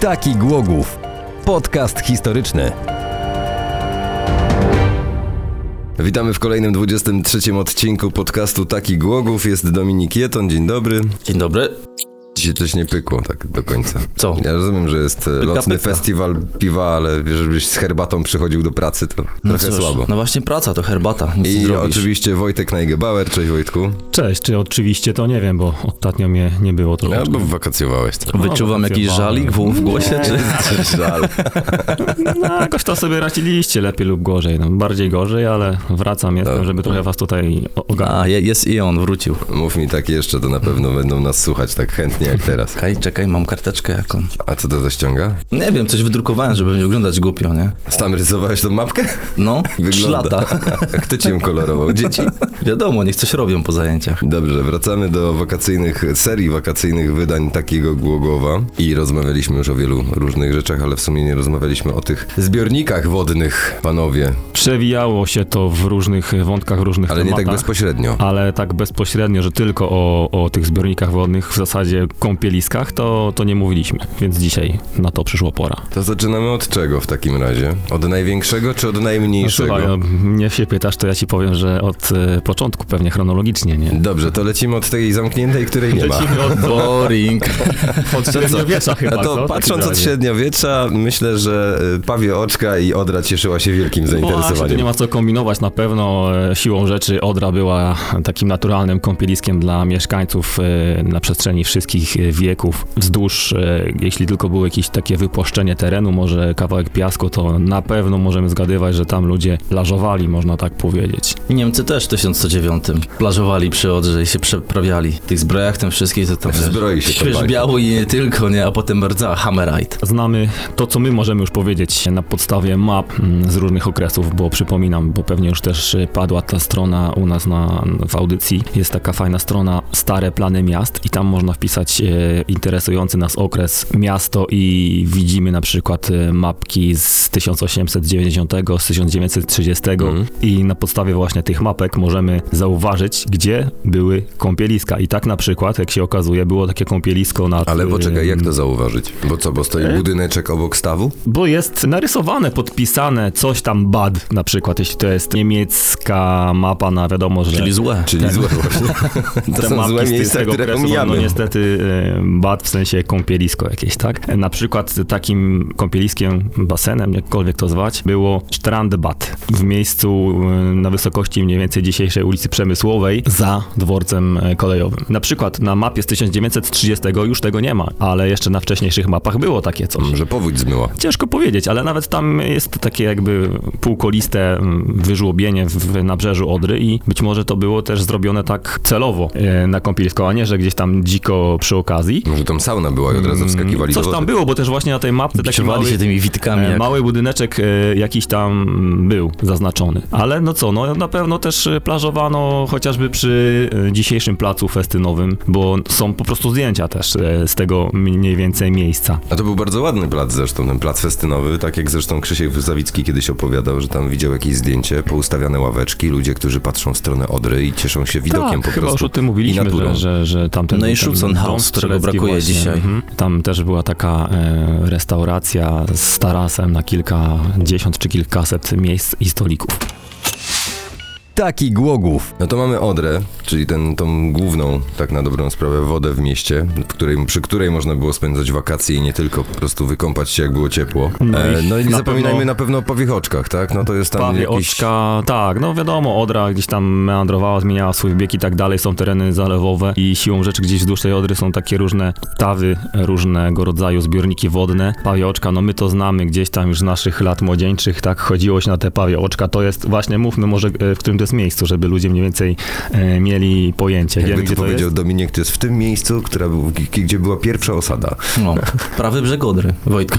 Taki Głogów. Podcast historyczny. Witamy w kolejnym 23 odcinku podcastu Taki Głogów. Jest Dominik Jeton, dzień dobry. Dzień dobry. Dzisiaj coś nie pykło tak do końca. Co? Ja rozumiem, że jest e, lotny pyka. festiwal piwa, ale wiesz, żebyś z herbatą przychodził do pracy, to trochę cóż, słabo. No właśnie praca, to herbata. Nic nie I zrobisz. oczywiście Wojtek Najgebauer, cześć Wojtku. Cześć, czy oczywiście to nie wiem, bo ostatnio mnie nie było trochę. No, Albo wakacjowałeś to. Wyczuwam O, jakiś No, chyba. żalik w, w głosie, czy... Żal. No, jakoś to sobie raciliście lepiej lub gorzej. No, bardziej gorzej, ale wracam No, jestem, żeby trochę was tutaj o- ogarnąć. A, je- jest i on, wrócił. Mów mi tak jeszcze, to na pewno będą nas słuchać tak chętnie jak teraz. Czekaj, czekaj, mam karteczkę jaką. A co to za ściąga? Nie wiem, coś wydrukowałem, żeby nie oglądać głupio, nie? Tam rysowałeś tą mapkę? No, trzy Wygląda. lata. Kto ci ją kolorował? Dzieci? Wiadomo, niech coś robią po zajęciach. Dobrze, wracamy do wakacyjnych, serii wakacyjnych wydań takiego Głogowa i rozmawialiśmy już o wielu różnych rzeczach, ale w sumie nie rozmawialiśmy o tych zbiornikach wodnych, panowie, Przewijało się to w różnych wątkach, różnych ale nie tematach. tak bezpośrednio. Ale tak bezpośrednio, że tylko o, o tych zbiornikach wodnych, w zasadzie kąpieliskach, to, to nie mówiliśmy. Więc dzisiaj na to przyszło pora. No, To zaczynamy od czego w takim razie? Od największego czy od najmniejszego? Słuchaj, no, mnie się pytasz, to ja ci powiem, że od e, początku pewnie chronologicznie, nie? Dobrze, to lecimy od tej zamkniętej, której nie ma. Lecimy od, od, Boring. od średniowiecza chyba, A co? to W takim patrząc od razie. średniowiecza, myślę, że y, pawie oczka i Odra cieszyła się wielkim Właśnie, No, tu nie zainteresowaniem. ma co kombinować. Na pewno e, siłą rzeczy Odra była takim naturalnym kąpieliskiem dla mieszkańców e, na przestrzeni wszystkich e, wieków. Wzdłuż, e, jeśli tylko było jakieś takie wypłaszczenie terenu, może kawałek piasku, to na pewno możemy zgadywać, że tam ludzie plażowali, można tak powiedzieć. Niemcy też w 1109 plażowali przy Odrze i się przeprawiali. W tych zbrojach, tym wszystkich, to tam... W zbroi się kopali. Świeżbiało i nie tylko, nie? A potem rdza, hammerite. Znamy to, co my możemy już powiedzieć na podstawie map mm, z różnych okresów, bo przypominam, bo pewnie już też y, padła ta strona u nas na, w audycji. Jest taka fajna strona Stare Plany Miast i tam można wpisać e, interesujący nas okres miasto i widzimy na przykład e, mapki z 1890, z 1930 Mhm. i na podstawie właśnie tych mapek możemy zauważyć, gdzie były kąpieliska. I tak na przykład, jak się okazuje, było takie kąpielisko e, na... Ale poczekaj, jak to zauważyć? Bo co, bo E? stoi budyneczek obok stawu? Bo jest narysowane, podpisane coś tam bad, na przykład, jeśli to jest niemiecka mapa na wiadomo, że Czyli złe. Tak. Tak. Czyli złe właśnie. To Tak. te są mapki złe z ty- z miejsca, tego które okresu no, pomijamy. będą niestety e, bad, w sensie kąpielisko jakieś, tak? Na przykład takim kąpieliskiem, basenem, jakkolwiek to zwać, było Strandbad w miejscu e, na wysokości mniej więcej dzisiejszej ulicy Przemysłowej za dworcem e, kolejowym. Na przykład na mapie z 1930 już tego nie ma, ale jeszcze na wcześniejszych mapach było takie coś. Że powódź zmyła. Ciężko powiedzieć, ale nawet tam jest takie jakby półkoliste mm, wyżłobienie w- w nabrzeżu Odry i być może to było też zrobione tak celowo e, na kąpielisko, a nie, że gdzieś tam dziko przy okazji. Może tam sauna była i od razu wskakiwali Mm, Coś do tam wody. było, bo też właśnie na tej mapce taki Biczowali mały, się tymi witkami. e, Jak... mały budyneczek e, jakiś tam był zaznaczony. Ale no co, no na pewno też e, plażowano chociażby przy e, dzisiejszym placu festynowym, bo są po prostu zdjęcia też e, z tego mniej więcej miejsca. A to był bardzo ładny plac zresztą, ten plac festynowy, tak jak zresztą Krzysiek Zawicki kiedyś opowiadał, że tam widział jakieś zdjęcie, poustawiane ławeczki, ludzie, którzy patrzą w stronę Odry i cieszą się widokiem tak, po chyba już prostu. o tym i mówiliśmy, naturą. że, że, że tamten... No i ten Schutzen House, dom którego strzelecki brakuje dzisiaj. mhm. Tam też była taka e, restauracja z tarasem na kilkadziesiąt czy kilkaset miejsc i stolików. Taki Głogów. No to mamy Odrę, czyli ten, tą główną, tak na dobrą sprawę, wodę w mieście, w której, przy której można było spędzać wakacje i nie tylko po prostu wykąpać się, jak było ciepło. No No, e, i no i nie na zapominajmy pewno- na pewno o powiechoczkach, tak? No to jest tam Pawie jakiś... Oczka, tak, no wiadomo, Odra gdzieś tam meandrowała, zmieniała swój bieg i tak dalej, są tereny zalewowe i siłą rzeczy gdzieś wzdłuż tej Odry są takie różne tawy, różnego rodzaju zbiorniki wodne. Pawie Oczka, no my to znamy gdzieś tam już z naszych lat młodzieńczych, tak chodziło się na te Pawie Oczka, to jest właśnie, mówmy może e, w którym to jest miejscu, żeby ludzie mniej więcej e, mieli pojęcie, Jakby wiemy to gdzie to powiedział jest. Dominik, to jest w tym miejscu, która, był- g- gdzie była pierwsza osada. No, prawy brzeg Odry, Wojtku.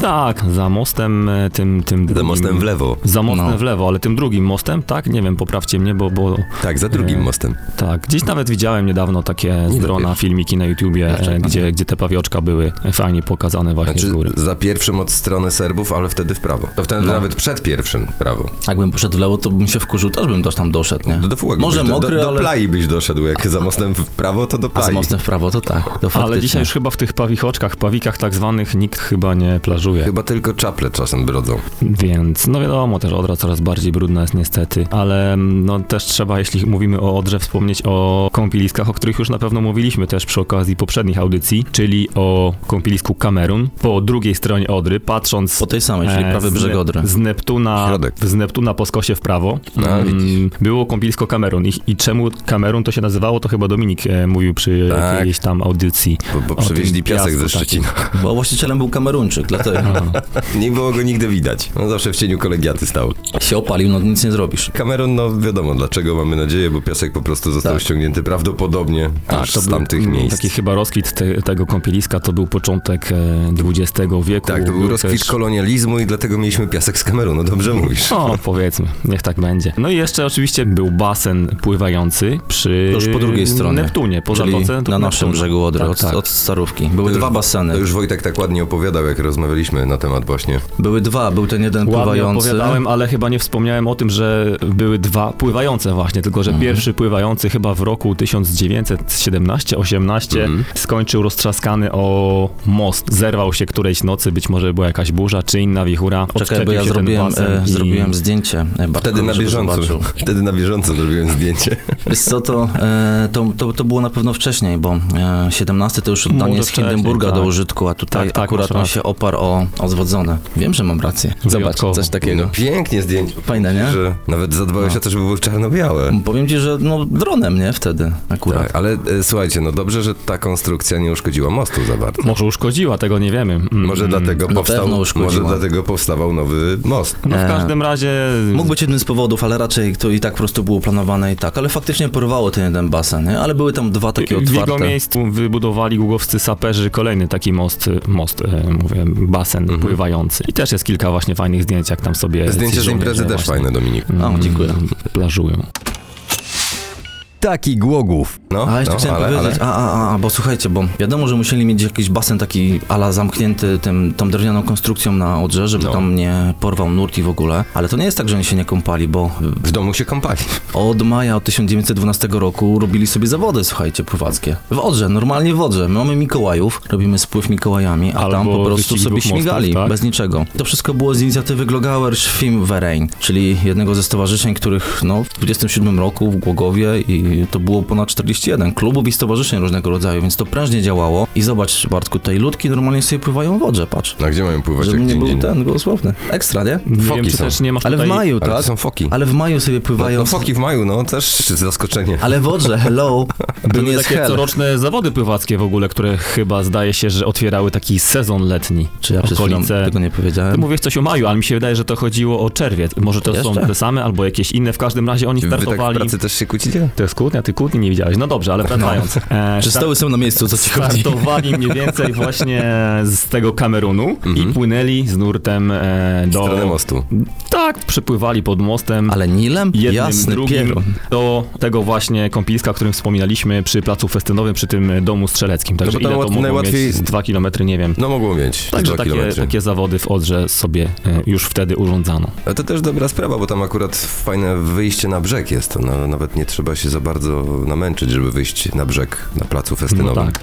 Tak, za mostem e, tym, tym Za mostem w lewo. Za mostem No. w lewo, ale tym drugim mostem, tak? Nie wiem, poprawcie mnie, bo, bo Tak, za drugim E, mostem. Tak, gdzieś nawet widziałem niedawno takie z drona dopiero. filmiki na YouTubie, Jeszcze e, tam. gdzie, gdzie te pawioczka były fajnie pokazane właśnie Znaczy z góry. za pierwszym od strony Serbów, ale wtedy w prawo. To wtedy No. nawet przed pierwszym w prawo. Jakbym poszedł w lewo, to bym się wkurzył, też bym też tam doszedł, nie? Do, do fułek Może może do, mokry, do, do ale- plai byś doszedł, jak za mostem w prawo, to do A z plai. mostem w prawo to tak, to faktycznie. Ale dzisiaj już chyba w tych pawichoczkach, pawikach tak zwanych nikt chyba nie plażuje. Chyba tylko czaple czasem brodzą. Więc no wiadomo, też Odra coraz bardziej brudna jest niestety, ale mm, no też trzeba, jeśli mówimy o Odrze, wspomnieć o kąpieliskach, o których już na pewno mówiliśmy też przy okazji poprzednich audycji, czyli o kąpielisku Kamerun. Po drugiej stronie Odry, patrząc... Po tej samej, czyli e, prawy z brzeg Ne- Odry. Z Neptuna, Środek. z Neptuna po skosie w prawo Mm, No, widzisz. było kąpielisko Kamerun. I, I czemu Kamerun to się nazywało, to chyba Dominik e, mówił przy Tak. jakiejś tam audycji. Bo, bo tym przywieźli piasek tak. ze piasku Szczecina. Bo właścicielem był Kameruńczyk, dlatego Nie było go nigdy widać. No zawsze w cieniu kolegiaty stał. się opalił, no nic nie zrobisz. Cameron, no wiadomo dlaczego, mamy nadzieję, bo piasek po prostu został Tak. ściągnięty prawdopodobnie aż z tamtych był, mm, miejsc. Taki chyba rozkwit te, tego kąpieliska to był początek e, XX wieku. Tak, to był rozkwit też- kolonializmu i dlatego mieliśmy piasek z Kamerunu, dobrze mówisz. O, powiedzmy, niech tak będzie. No i jeszcze oczywiście był basen pływający przy To już po drugiej stronie. Yy, Neptunie, poza czyli oceanem, to na naszym Neptun. brzegu Odry, Tak, od, tak. od Starówki. Były To dwa już- baseny. To już Wojtek tak ładnie opowiadał, jak rozmawialiśmy na temat właśnie. Były dwa, był ten jeden Ładnie pływający. opowiadałem, ale chyba nie wspomniałem o tym, że były dwa pływające właśnie, tylko że Mhm. pierwszy pływający chyba w roku 1917-18 Mhm. skończył roztrzaskany o most. Zerwał się którejś nocy, być może była jakaś burza czy inna wichura. Czekaj, bo Odczepił ja się ten zrobiłem, basen e, i- zrobiłem zdjęcie. e, Bartkowi, Wtedy na żeby bieżąco, zobaczył. wtedy na bieżąco zrobiłem zdjęcie. Wiesz co, to, e, to, to, to było na pewno wcześniej, bo e, 17 to już Może oddanie z wcześniej, Hindenburga do tak. użytku, a tutaj Tak, tak, akurat masz on się oparł o, o zwodzone. Wiem, że mam rację. Zobacz, Wyjątkowo. coś takiego. No pięknie zdjęcie. Fajne, nie? No. Że nawet zadbałeś o to, żeby było czarno-białe. Powiem ci, że no dronem, nie? Wtedy akurat. Tak, ale e, słuchajcie, no dobrze, że ta konstrukcja nie uszkodziła mostu za bardzo. Może uszkodziła, tego nie wiemy. Mm, Może mm. dlatego, na powstał, pewno uszkodziła. może dlatego powstawał nowy most. No E, w każdym razie... Mógł być jednym z powodów, ale raczej to i tak po prostu było planowane i tak. Ale faktycznie porwało ten jeden basen, nie? Ale były tam dwa takie W jego otwarte. miejscu wybudowali głogowscy saperzy kolejny taki most, most e, mówię, basen Mhm. pływający. I też jest kilka właśnie fajnych zdjęć, jak tam sobie... Zdjęcie z żołnierze imprezy też właśnie, fajne, Dominik. O, No, dziękuję. Mm, Plażują. Taki głogów. No, A jeszcze no, chciałem ale, ale powiedzieć, A, a, a, bo słuchajcie, bo wiadomo, że musieli mieć jakiś basen taki ala zamknięty tym, tą drewnianą konstrukcją na odrze, żeby No. tam nie porwał nurt i w ogóle. Ale to nie jest tak, że oni się nie kąpali, bo w domu się kąpali. od maja od 1912 roku robili sobie zawody, słuchajcie, pływackie. W Odrze, normalnie w Odrze. My mamy Mikołajów, robimy spływ Mikołajami, a tam Albo po prostu wyścig sobie dwóch mostów, śmigali, tak? bez niczego. To wszystko było z inicjatywy Glogauer Schwimmverein, czyli jednego ze stowarzyszeń, których no, w 27 roku w Głogowie i to było ponad 41 klubów i stowarzyszeń różnego rodzaju, więc to prężnie działało. I zobacz, Bartku, tutaj ludki normalnie sobie pływają w Odrze, patrz. No gdzie mają pływać Żeby jak nie gdzie był indziej? ten głosłowny. Ekstra, nie? Nie Foki wiem, czy są. też nie masz Ale w No tutaj... maju, Ale to tak? są foki. Ale w maju sobie No, pływają. no foki w maju, no też zaskoczenie. Ale w Odrze, hello, to nie Były jest takie hell. coroczne zawody pływackie w ogóle, które chyba zdaje się, że otwierały taki sezon letni. Czy ja przez chwilę okolice... tego nie Ty powiedziałem? mówisz coś o maju, ale mi się wydaje, że to chodziło o czerwiec. Może to są Jeszcze? te same, albo jakieś inne. W każdym razie oni Wy tak w startowali... pracy też się kłócicie? To jest kłótnia, ty kłótni nie widziałeś. No dobrze, ale wracając. E, Czy stoły są na miejscu, co ci chodzi? startowali mniej więcej właśnie z tego Kamerunu Mhm. i płynęli z nurtem e, W stronę do... mostu. Tak, przypływali pod mostem. Ale Nilem? Jednym, Jasny drugim pierun. do tego właśnie kąpieliska, o którym wspominaliśmy przy placu festynowym, przy tym domu strzeleckim. Także No bo tam ile to łat- mogło najłatwiej- mieć? Z dwa kilometry, nie wiem. No mogło mieć. Także dwa takie, kilometry. takie zawody w Odrze sobie e, już wtedy urządzano. No A to też dobra sprawa, bo tam akurat fajne wyjście na brzeg jest. To na, nawet nie trzeba się za bardzo namęczyć, żeby wyjść na brzeg na placu No festynowym. tak.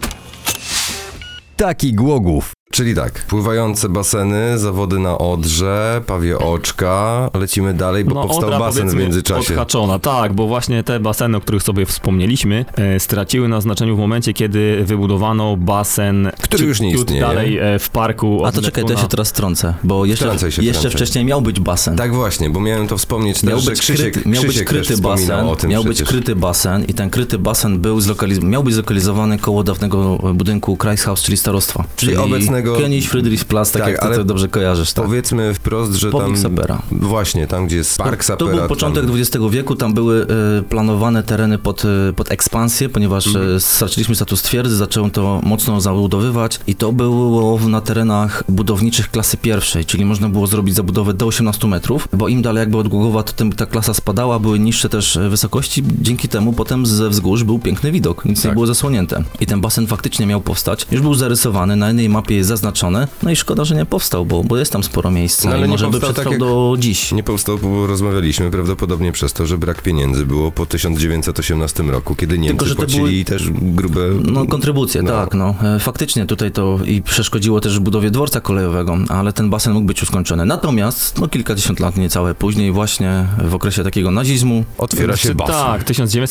Taki głogów. Czyli tak, pływające baseny, zawody na Odrze, pawie oczka, lecimy dalej, No, bo powstał No, Odra, basen w powiedzmy, międzyczasie. Odhaczona, tak, bo właśnie te baseny, o których sobie wspomnieliśmy, e, straciły na znaczeniu w momencie, kiedy wybudowano basen, Który już nie ciut istnieje. dalej e, w parku. A od to czekaj, to ja Neptuna. się teraz trącę, bo jeszcze, Wtrącaj się, jeszcze wtrącaj. wcześniej miał być basen. Tak właśnie, bo miałem to wspomnieć też, Miał że być, Krzysiek, kryty, miał być Krzysiek też kryty wspominał basen, o tym miał przecież. być kryty basen i ten kryty basen był zlokaliz- miał być zlokalizowany koło dawnego e, budynku Kreishaus, czyli starostwa. Czyli obecnego- König Friedrichsplatz, tak, Tak, jak ty ale to dobrze kojarzysz, tak? Powiedzmy wprost, że Pomnik tam... Sapera. Właśnie, tam gdzie jest Park To Sapera. był początek tam... XX wieku, tam były e, planowane tereny pod, e, pod ekspansję, ponieważ Mhm. e, straciliśmy status twierdzy, zaczęło to mocno zabudowywać i to było w- na terenach budowniczych klasy pierwszej, czyli można było zrobić zabudowę do 18 metrów, bo im dalej jakby od Głogowa, to tym ta klasa spadała, były niższe też e, wysokości, dzięki temu potem ze wzgórz był piękny widok, nic nie Tak. było zasłonięte. I ten basen faktycznie miał powstać, już był zarysowany, na jednej mapie jest zaznaczone. No i szkoda, że nie powstał, bo, bo jest tam sporo miejsca No, ale i nie może by powstał przetrwał tak jak- do dziś. Nie powstał, bo rozmawialiśmy prawdopodobnie przez to, że brak pieniędzy było po 1918 roku, kiedy Niemcy że to płacili były- też grube... No, kontrybucje, No. tak, no. E, Faktycznie tutaj to i przeszkodziło też budowie dworca kolejowego, ale ten basen mógł być już skończony. Natomiast, no kilkadziesiąt lat niecałe później, właśnie w okresie takiego nazizmu, Otwiera się Znaczy, basen. Tak,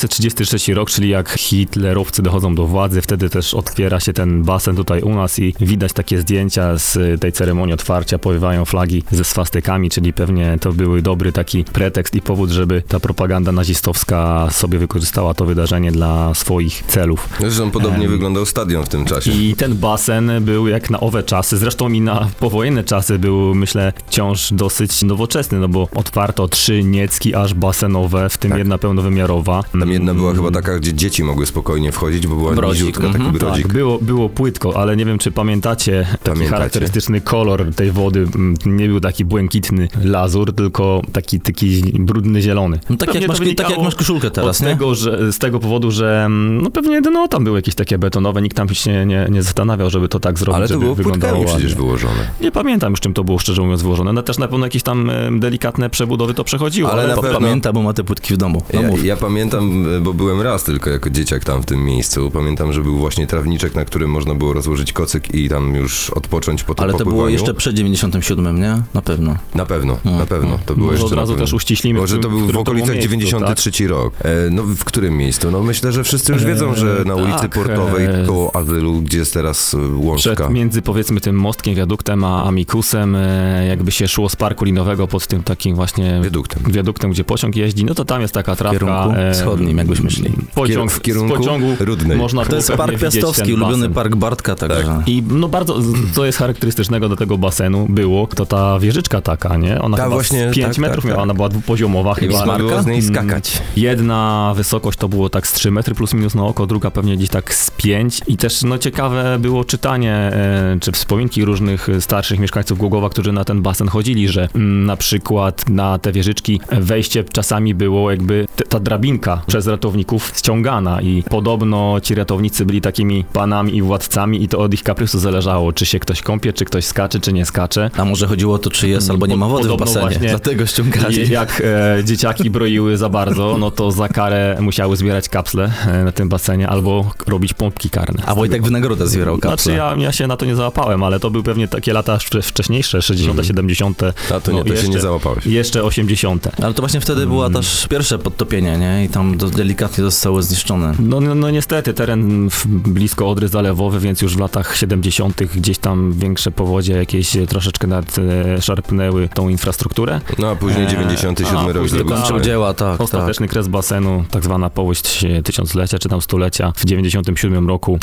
1933 rok, czyli jak hitlerowcy dochodzą do władzy, wtedy też otwiera się ten basen tutaj u nas i widać takie zdjęcia z y, tej ceremonii otwarcia, powiewają flagi ze swastykami, czyli pewnie to były dobry taki pretekst i powód, żeby ta propaganda nazistowska sobie wykorzystała to wydarzenie dla swoich celów. Zresztą podobnie Em. wyglądał stadion w tym czasie. I ten basen był jak na owe czasy, zresztą i na powojenne czasy był, myślę, wciąż dosyć nowoczesny, no bo otwarto trzy niecki aż basenowe, w tym Tak. jedna pełnowymiarowa. Tam jedna była Mm, chyba taka, gdzie dzieci mogły spokojnie wchodzić, bo była Brodzik, niziutka, taki mhm, brodzik. Tak, było, było płytko, ale nie wiem, czy pamiętacie taki Pamiętacie. charakterystyczny kolor tej wody. Mm, Nie był taki błękitny lazur, tylko taki, taki brudny zielony. no, tak, Pewnie jak to masz, tak jak wynikało masz koszulkę teraz, Od nie? tego, że, z tego powodu, że mm, no pewnie no, tam były jakieś takie betonowe, nikt tam się nie, nie zastanawiał, żeby to tak zrobić, Ale to żeby było wyglądało płytkami przecież ładnie. wyłożone. Nie pamiętam już, czym to było, szczerze mówiąc, wyłożone. No też na pewno jakieś tam em, delikatne przebudowy to przechodziło. Ale Ale, na Pa- pewno- Pamięta, bo ma te płytki w domu. No ja, mów. ja pamiętam, e, bo byłem raz tylko jako dzieciak tam w tym miejscu. Pamiętam, że był właśnie trawniczek, na którym można było rozłożyć kocyk i tam już odpocząć po tym Ale to było popływaniu. jeszcze przed 97, nie? Na pewno. Na pewno, na Mm, pewno. To było Może jeszcze no, od na razu pewno. też uściślimy, Może to którym- był w którym to było okolicach miejscu, tak? 93 rok. E, no w którym miejscu? No myślę, że wszyscy już wiedzą, że na Eee, ulicy tak, Portowej eee. koło Azylu, gdzie jest teraz e, Przed, łączka. między powiedzmy tym mostkiem, wiaduktem a amikusem, e, jakby się szło z parku linowego pod tym takim właśnie Wiaduktem. wiaduktem, gdzie pociąg jeździ, no to tam jest taka trawka. e, kierunku wschodnim, jakbyśmy szli. Kier- Pociąg, w kierunku z pociągu Rudnej. można To jest było Park pewnie widzieć Piastowski, ten ulubiony basen. park Bartka także. I no bardzo, co jest charakterystycznego do tego basenu było, to ta wieżyczka taka, nie? Ona Ta chyba właśnie, z 5 tak, tak, metrów miała, tak. ona była dwupoziomowa I chyba. Mm, można było z niej skakać. Jedna wysokość to było tak z 3 metry plus minus na oko, druga pewnie gdzieś tak z 5. I też no ciekawe było czytanie, e, czy wspominki różnych e, starszych mieszkańców Głogowa, którzy na ten basen chodzili, że mm, na przykład na te wieżyczki wejście czasami było jakby t- ta drabinka przez ratowników ściągana i podobno ci ratownicy byli takimi panami i władcami i to od ich kaprysu zależało, czy się ktoś kąpie, czy ktoś skacze, czy nie skacze. A może chodziło o to, czy jest albo nie ma wody w Mm, Podobno basenie. właśnie- Dlatego I ściągali. jak e, dzieciaki broiły za bardzo, no to za karę musiały zbierać kapsle e, na tym basenie albo robić pompki karne. A Wojtek wynagrodę zbierał kapsle. Znaczy ja, ja się na to nie załapałem, ale to były pewnie takie lata wcze- wcześniejsze, 60., Mhm. 70., A to nie, to No się i nie jeszcze- załapałeś. jeszcze 80. Ale to właśnie wtedy było też pierwsze podtopienie, nie? I tam do, delikatnie zostało zniszczone. No, no, no niestety, teren w, blisko Odry Zalewowy, więc już w latach 70. gdzieś tam większe powodzie jakieś e, troszeczkę nad, e, szarpnęły tą infrastrukturę. No a później Eee, 97 a, rok później zrobił kończył Kończył swoje. dzieła, tak, tak. Ostateczny kres basenu, tak zwana powódź e, tysiąclecia czy tam stulecia w 97 roku.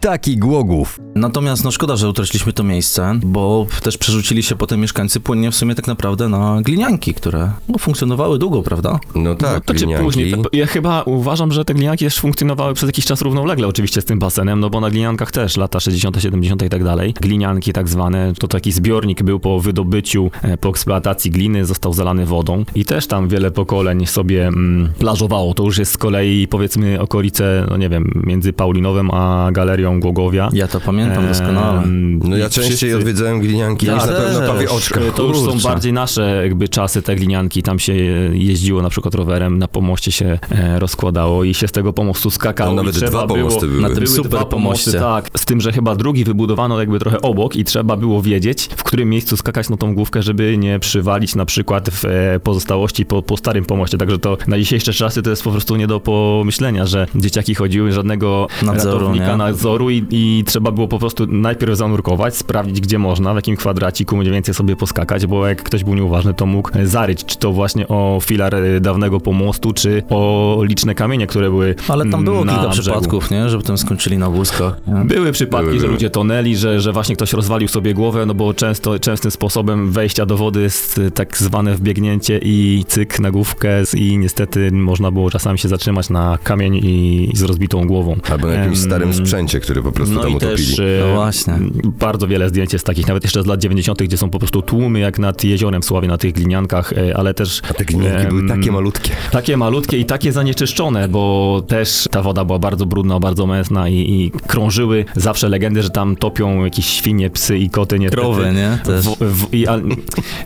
Taki Głogów. Natomiast no szkoda, że utraciliśmy to miejsce, bo też przerzucili się potem mieszkańcy płynnie w sumie tak naprawdę na glinianki, które no, funkcjonowały długo, prawda? No tak, to czy glinianki. później. Ja chyba uważam, że te glinianki też funkcjonowały przez jakiś czas równolegle oczywiście z tym basenem, no bo na gliniankach też lata 60., 70. i tak dalej. Glinianki tak zwane, to taki zbiornik był po wydobyciu, e, po eksploatacji gliny, został zalany wodą i też tam wiele pokoleń sobie mm, plażowało. To już jest z kolei powiedzmy okolice, no nie wiem, między Paulinowem a Galerią Głogowia. Ja to pamiętam doskonale. Em, No ja i częściej wszyscy- E, odwiedzałem glinianki Ja niż na też. pewno pawie oczka. to już są Kurczę. bardziej nasze jakby czasy, te glinianki. Tam się jeździło na przykład rowerem, na pomoście się e, rozkładało i się z tego pomostu skakało. No, nawet I trzeba dwa było, pomosty były. Na tym Były super dwa pomosty, pomoście. tak. Z tym, że chyba drugi wybudowano jakby trochę obok i trzeba było wiedzieć, w którym miejscu skakać na tą główkę, żeby nie przywalić na przykład w e, pozostałości po, po starym pomoście. Także to na dzisiejsze czasy to jest po prostu nie do pomyślenia, że dzieciaki chodziły żadnego Nadzoru, ratownika nie? nadzoru i, i trzeba było po prostu najpierw zanurkować, sprawdzić gdzie można, w jakim kwadraciku mniej więcej sobie poskakać, bo jak ktoś był nieuważny, to mógł zaryć, czy to właśnie o filar e, dawnego pomostu, czy o liczne kamienie, które były Ale tam było na kilka brzegu. przypadków, nie? Że potem skończyli na wózkach. Były przypadki, Były, że były. ludzie tonęli, że, że właśnie ktoś rozwalił sobie głowę, no bo często, częstym sposobem wejścia do wody jest y, tak zwane wbiegnięcie i cyk na główkę z- i niestety można było czasami się zatrzymać na kamień i z rozbitą głową. Albo na jakimś Em, starym sprzęcie, które po prostu Mm. no tam i utopili. też e, No właśnie. bardzo wiele zdjęć jest takich, nawet jeszcze z lat 90., gdzie są po prostu tłumy jak nad jeziorem w Sławie, na tych gliniankach, e, ale też A te gminki były em, takie malutkie. takie malutkie i takie zanieczyszczone, bo też ta woda była bardzo brudna, bardzo mętna i, i krążyły zawsze legendy, że tam topią jakieś świnie, psy i koty. niestety. Krowy, nie? Też. W, w, i, a,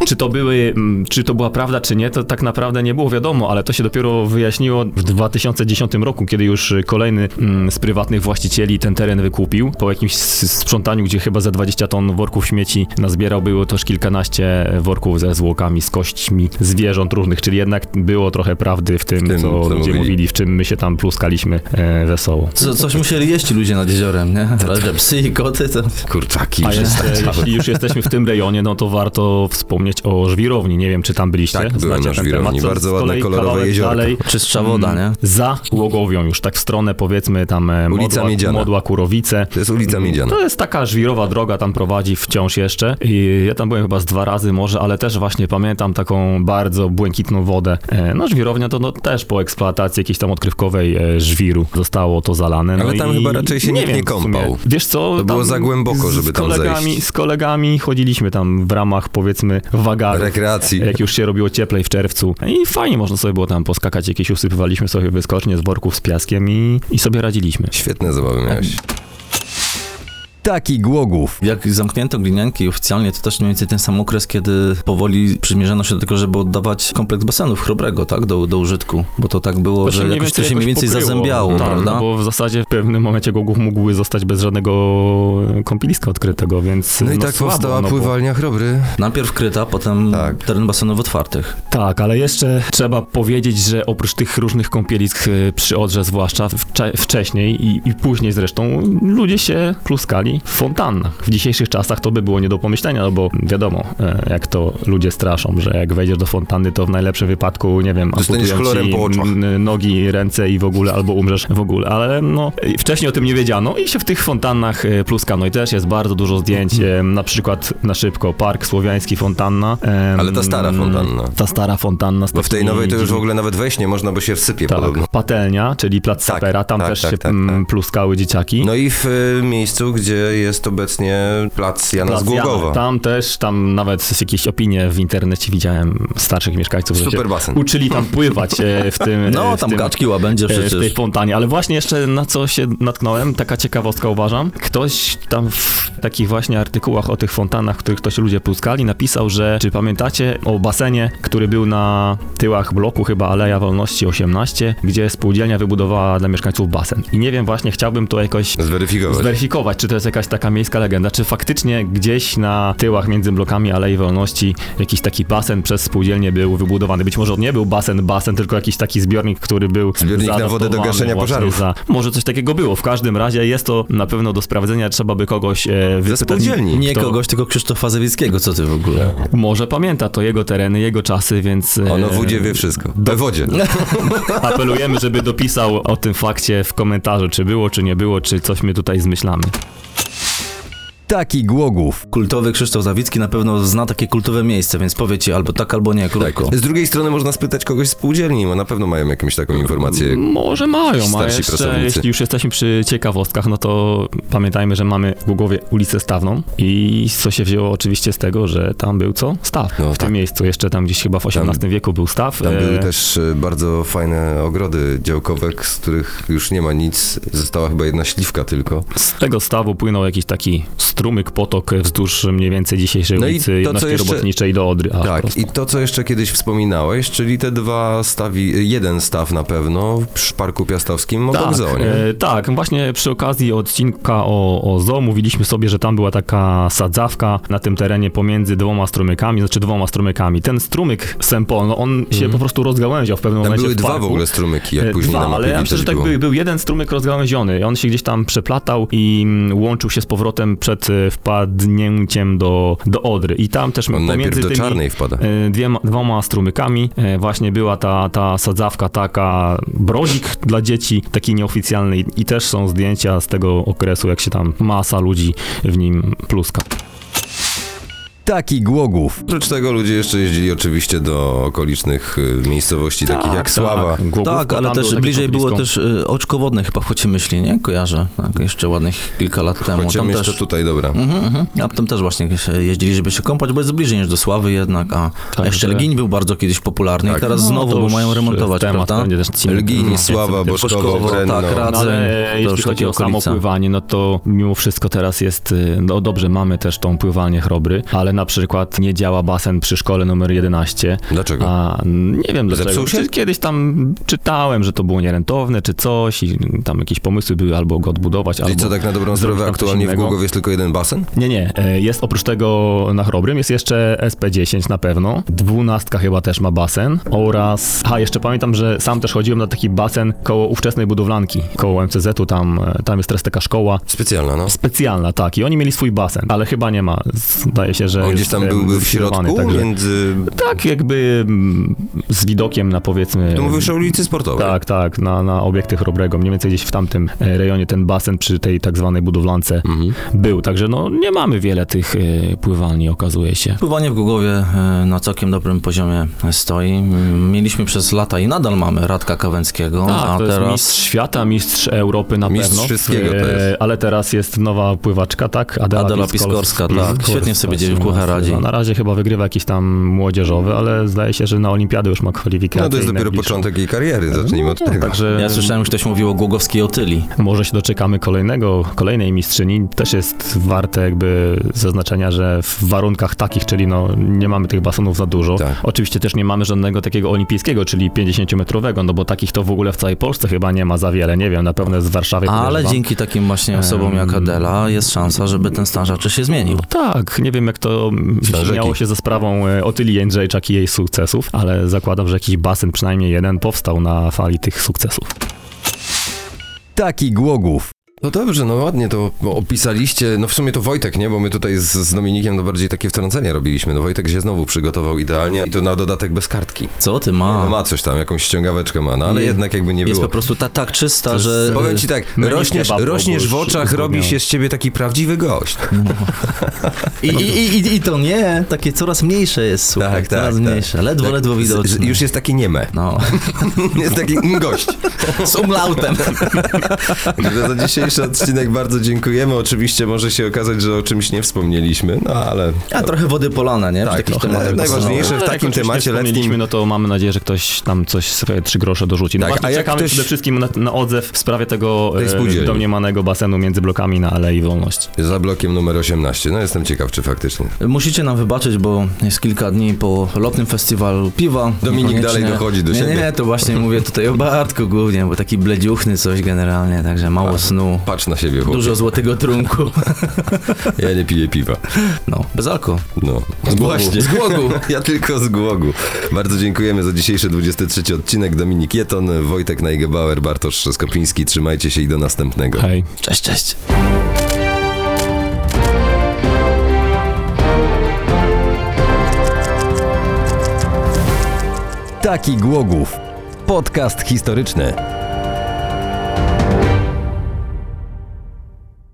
czy to były, mm, czy to była prawda, czy nie, to tak naprawdę nie było wiadomo, ale to się dopiero wyjaśniło w 2010 roku, kiedy już kolejny mm, z prywatnych właścicieli ten teren wykupił. Po jakimś s- sprzątaniu, gdzie chyba za 20 ton worków śmieci nazbierał, było też kilkanaście worków ze zwłokami, z kośćmi zwierząt różnych, czyli jednak było trochę prawdy w tym, W tym, co co ludzie mówili. mówili. w czym my się tam pluskaliśmy e, wesoło. Co, coś musieli jeść ci ludzie nad jeziorem, nie? Tak. Ale że psy i koty to... Kurczaki. A jeszcze, przestań. jeśli już jesteśmy w tym rejonie, no to warto wspomnieć o żwirowni. Nie wiem, czy tam byliście. Tak, byłem Znacie na ten temat, żwirowni. co Bardzo z ładne, kolei kolorowe kawałek jeziorko. Dalej, Czystsza woda, nie? Za Łogowią już, tak w stronę powiedzmy tam e, Ulica Modła, Miedziana. Modła Kurowice. To jest ulica Miedziana. No, To jest taka żwirowa droga, tam prowadzi wciąż jeszcze. I ja tam byłem chyba z dwa razy może, ale też właśnie pamiętam taką bardzo błękitną wodę. E, No żwirownia to no, też po eksploatacji jakiejś tam odkrywkowej e, żwiru zostało to zalane. No Ale tam i chyba raczej się nikt wiem nie w sumie. kąpał. Wiesz co? To było tam za głęboko, z- żeby z tam kolegami, zejść. Z kolegami chodziliśmy tam w ramach powiedzmy wagarów. Rekreacji. Jak już się robiło cieplej w czerwcu. No I fajnie można sobie było tam poskakać, jakieś usypywaliśmy sobie wyskocznie z worków z piaskiem i, i sobie radziliśmy. Świetne zabawy miałeś. Taki Głogów. Jak zamknięto glinianki oficjalnie, to też mniej więcej ten sam okres, kiedy powoli przymierzano się do tego, żeby oddawać kompleks basenów chrobrego, tak, do, do użytku, bo to tak było, To się że mniej jakoś to więcej się mniej jakoś więcej pokryło. zazębiało, tak, prawda? No bo w zasadzie w pewnym momencie Gogów mógłby zostać bez żadnego kąpieliska odkrytego, więc No i tak słabo, powstała no bo- pływalnia chrobry. Najpierw kryta, potem Tak. teren basenów otwartych. Tak, ale jeszcze trzeba powiedzieć, że oprócz tych różnych kąpielisk y, przy Odrze zwłaszcza wcze- wcześniej i, i później zresztą ludzie się pluskali w fontannach. W dzisiejszych czasach to by było nie do pomyślenia, no bo wiadomo, e, jak to ludzie straszą, że jak wejdziesz do fontanny, to w najlepszym wypadku, nie wiem, Dostaniesz amputują chlorem ci po oczach. n- nogi, ręce i w ogóle, albo umrzesz w ogóle, ale no y, wcześniej o tym nie wiedziano i się w tych fontannach y, pluskano i też jest bardzo dużo zdjęć, e, na przykład na szybko Park Słowiański Fontanna. em, Ale ta stara fontanna. ta stara fontanna. z Bo w tej takimi nowej to już w dziwnymi- ogóle nawet wejść nie można, bo się wsypie podobno. Tak, patelnia, czyli plac Tak, sapera, tam tak, też tak, się tak, mm, tak. pluskały dzieciaki. No i w y, miejscu, gdzie jest obecnie plac Jana Plac z Głogowa. Jana, Tam też, tam nawet jakieś opinie w internecie widziałem starszych mieszkańców, że się Super basen. uczyli tam pływać e, w tym... No, e, w tam tym, gaczki łabędzie e, W tej przecież. fontanie, ale właśnie jeszcze na co się natknąłem, taka ciekawostka uważam. Ktoś tam w takich właśnie artykułach o tych fontanach, w których to się ludzie pluskali, napisał, że czy pamiętacie o basenie, który był na tyłach bloku chyba Aleja Wolności 18, gdzie spółdzielnia wybudowała dla mieszkańców basen. I nie wiem, właśnie chciałbym to jakoś Zweryfikować. zweryfikować, czy to jest jakaś taka miejska legenda, czy faktycznie gdzieś na tyłach między blokami Alei Wolności jakiś taki basen przez spółdzielnię był wybudowany. Być może on nie był basen, basen, tylko jakiś taki zbiornik, który był Zbiornik na wodę do zanotowany gaszenia właśnie pożarów. Za... Może coś takiego było. W każdym razie jest to na pewno do sprawdzenia, trzeba by kogoś e, Ze wypytać. spółdzielni. Nie kto- kogoś, tylko Krzysztofa Zawickiego, co ty w ogóle? Może pamięta to jego tereny, jego czasy, więc... e, Ono w wodzie wie wszystko. We wodzie. Apelujemy, żeby dopisał o tym fakcie w komentarzu, czy było, czy nie było, czy coś my tutaj zmyślamy. Taki Głogów. Kultowy Krzysztof Zawicki na pewno zna takie kultowe miejsce, więc powie ci albo tak, albo nie, krótko. Z drugiej strony można spytać kogoś z spółdzielni, bo na pewno mają jakąś taką informację. Może mają, a Starsi jeszcze, pracownicy. jeśli już jesteśmy przy ciekawostkach, no to pamiętajmy, że mamy w Głogowie ulicę Stawną i co się wzięło oczywiście z tego, że tam był co? Staw. No w tak. tym miejscu, jeszcze tam gdzieś chyba w XVIII wieku był staw. Tam E, były też y, bardzo fajne ogrody działkowek, z których już nie ma nic. Została chyba jedna śliwka tylko. Z tego stawu płynął jakiś taki strumyk, potok wzdłuż mniej więcej dzisiejszej No i ulicy to, co 11 jeszcze- Robotniczej do Odry. A, po tak, prostu. i to, co jeszcze kiedyś wspominałeś, czyli te dwa stawi, jeden staw na pewno przy Parku Piastowskim obok Tak, zoo, nie? e, tak, właśnie przy okazji odcinka o, o zoo mówiliśmy sobie, że tam była taka sadzawka na tym terenie pomiędzy dwoma strumykami, znaczy dwoma strumykami. Ten strumyk Sempol, no on się po prostu rozgałęział w pewnym Mhm. Tam momencie były w dwa w parku. ogóle strumyki, jak E, później Dwa, na mapie ale ja myślę, że widać tak było. był, był jeden strumyk rozgałęziony. On się gdzieś tam przeplatał i mm, łączył się z powrotem przed e, wpadnięciem do, do Odry. I tam też On najpierw pomiędzy do tymi czarnej wpada. e, dwiema, dwoma strumykami e, właśnie była ta, ta sadzawka taka, brozik dla dzieci, taki nieoficjalny i, i też są zdjęcia z tego okresu, jak się tam masa ludzi w nim pluska. Taki Głogów. Oprócz tego ludzie jeszcze jeździli oczywiście do okolicznych y, miejscowości takich jak Sława. Głogówka, tak, ale Tak, tam było też takie bliżej było blisko. też y, oczko wodne chyba w Chocie Myśli, nie? Kojarzę, tak, jeszcze ładnych kilka lat temu. Chociaż tam jeszcze też, tutaj, dobra. Mhm, mhm. A tam też właśnie się jeździli, żeby się kąpać, bo jest bliżej niż do Sławy jednak, a Także- jeszcze Lgiń był bardzo kiedyś popularny Tak. i teraz Tak, No, znowu, to bo już mają remontować, temat prawda? Będzie też odcinek. Lgin, No. Sława, Boszkowo, Boszkowo, Brenno. tak, Radz- No, ale To jeśli już chodzi takie o samo okolice. pływanie, no to mimo wszystko teraz jest, y, no dobrze, mamy też tą pływalnię chrobry, ale na przykład nie działa basen przy szkole numer 11, Dlaczego? a nie wiem dlaczego. Zepsuł się? Czy Kiedyś tam czytałem, że to było nierentowne czy coś i tam jakieś pomysły były albo go odbudować, Czyli albo... co tak na dobrą zrobić sprawę tam coś aktualnie w innego? Głogowie jest tylko jeden basen? Nie, nie, e, jest oprócz tego na Chrobrym, jest jeszcze SP10 na pewno, dwunastka chyba też ma basen oraz, a jeszcze pamiętam, że sam też chodziłem na taki basen koło ówczesnej budowlanki, koło MCZ-u, tam, e, tam jest teraz taka szkoła Specjalna, no. Specjalna, tak. I oni mieli swój basen, ale chyba nie ma. Zdaje się, że. On gdzieś jest, tam em, byłby w zlikwidowany, środku, y, Także, między... Tak, jakby mm, z widokiem na powiedzmy. Tu mówisz o ulicy Sportowej. Tak, tak, na, na obiekty Chrobrego. Mniej więcej gdzieś w tamtym e, rejonie ten basen przy tej tak zwanej budowlance Mhm. był. Także no nie mamy wiele tych e, pływalni, okazuje się. Pływanie w Głogowie e, na całkiem dobrym poziomie stoi. M, Mieliśmy przez lata i nadal mamy Radka Kawęckiego, a Tak, to teraz... jest mistrz świata, mistrz Europy na Mistrz pewno. wszystkiego to E, jest. Ale teraz jest nowa pływaczka, tak? Adela, Adela Piskorska, Piskorska. tak. Świetnie sobie dzieje w kuchach radzi. no, Na razie chyba wygrywa jakiś tam młodzieżowy, ale zdaje się, że na olimpiadę już ma kwalifikację. No to jest dopiero początek jej kariery, zacznijmy od No, tego. Także Ja słyszałem, że ktoś mówił o głogowskiej otyli. może się doczekamy kolejnego, kolejnej mistrzyni. Też jest warte jakby zaznaczenia, że w warunkach takich, czyli no nie mamy tych basenów za dużo. Tak. Oczywiście też nie mamy żadnego takiego olimpijskiego, czyli 50-metrowego, no bo takich to w ogóle w całej Polsce chyba nie ma za wiele. Nie wiem, na pewno jest w Warszawie. Ale podejrzewam. dzięki takim właśnie E, osobom jak Em, Adela jest szansa, żeby ten stan rzeczy się zmienił. Tak, nie wiem jak to Starzeki. miało się ze sprawą e, Otylii Jędrzejczak i jej sukcesów, ale zakładam, że jakiś basen, przynajmniej jeden, powstał na fali tych sukcesów. Taki Głogów. No dobrze, no ładnie to opisaliście. No w sumie to Wojtek, nie? Bo my tutaj z, z Dominikiem no bardziej takie wtrącenia robiliśmy. No Wojtek się znowu przygotował idealnie i to na dodatek bez kartki. Co ty No ma? ma coś tam, jakąś ściągaweczkę ma, no ale Nie. jednak jakby nie Jest po było. prostu ta, tak czysta, jest- że... Powiem ci tak, Menu rośniesz, kebabu rośniesz w już oczach, uzgodnione. robi się z ciebie taki prawdziwy gość. I, i, i, I to nie, takie coraz mniejsze jest, słuchaj, Tak, tak, coraz tak. mniejsze, ledwo, ledwo Z- z- widoczne. Już jest taki nieme. No, Jest taki mm, gość. z umlautem. Także za dzisiejszy odcinek bardzo dziękujemy. Oczywiście może się okazać, że o czymś nie wspomnieliśmy, no ale... A trochę wody polane, nie? Tak, Przy takich no, tematach najważniejsze- w takim dosyć. tak, oczywiście temacie letnim- wspomnieliśmy, No to mamy nadzieję, że ktoś tam coś swoje trzy grosze dorzuci. No Tak, właśnie a jak czekamy ktoś- przede wszystkim na, na odzew w sprawie tego Tej spółdzielni. e, domniemanego basenu między blokami na Alei Wolności. Za blokiem numer 18. No jestem ciekaw, czy faktycznie. Musicie nam wybaczyć, bo jest kilka dni po lotnym festiwalu piwa. Dominik Niekoniecznie- dalej dochodzi do nie, siebie. Nie, to właśnie mówię tutaj o Bartku głównie, bo taki bledziuchny coś generalnie, także mało Tak. snu, Patrz na siebie, chłopie. dużo złotego trunku. Ja nie piję piwa. No, bez alko. No. Z głogu, z głogu. Ja tylko z głogu. Bardzo dziękujemy za dzisiejszy 23 odcinek. Dominik Jeton, Wojtek Najgebauer, Bartosz Skopiński. Trzymajcie się i do następnego. Hej. Cześć, cześć. Taki Głogów. Podcast historyczny.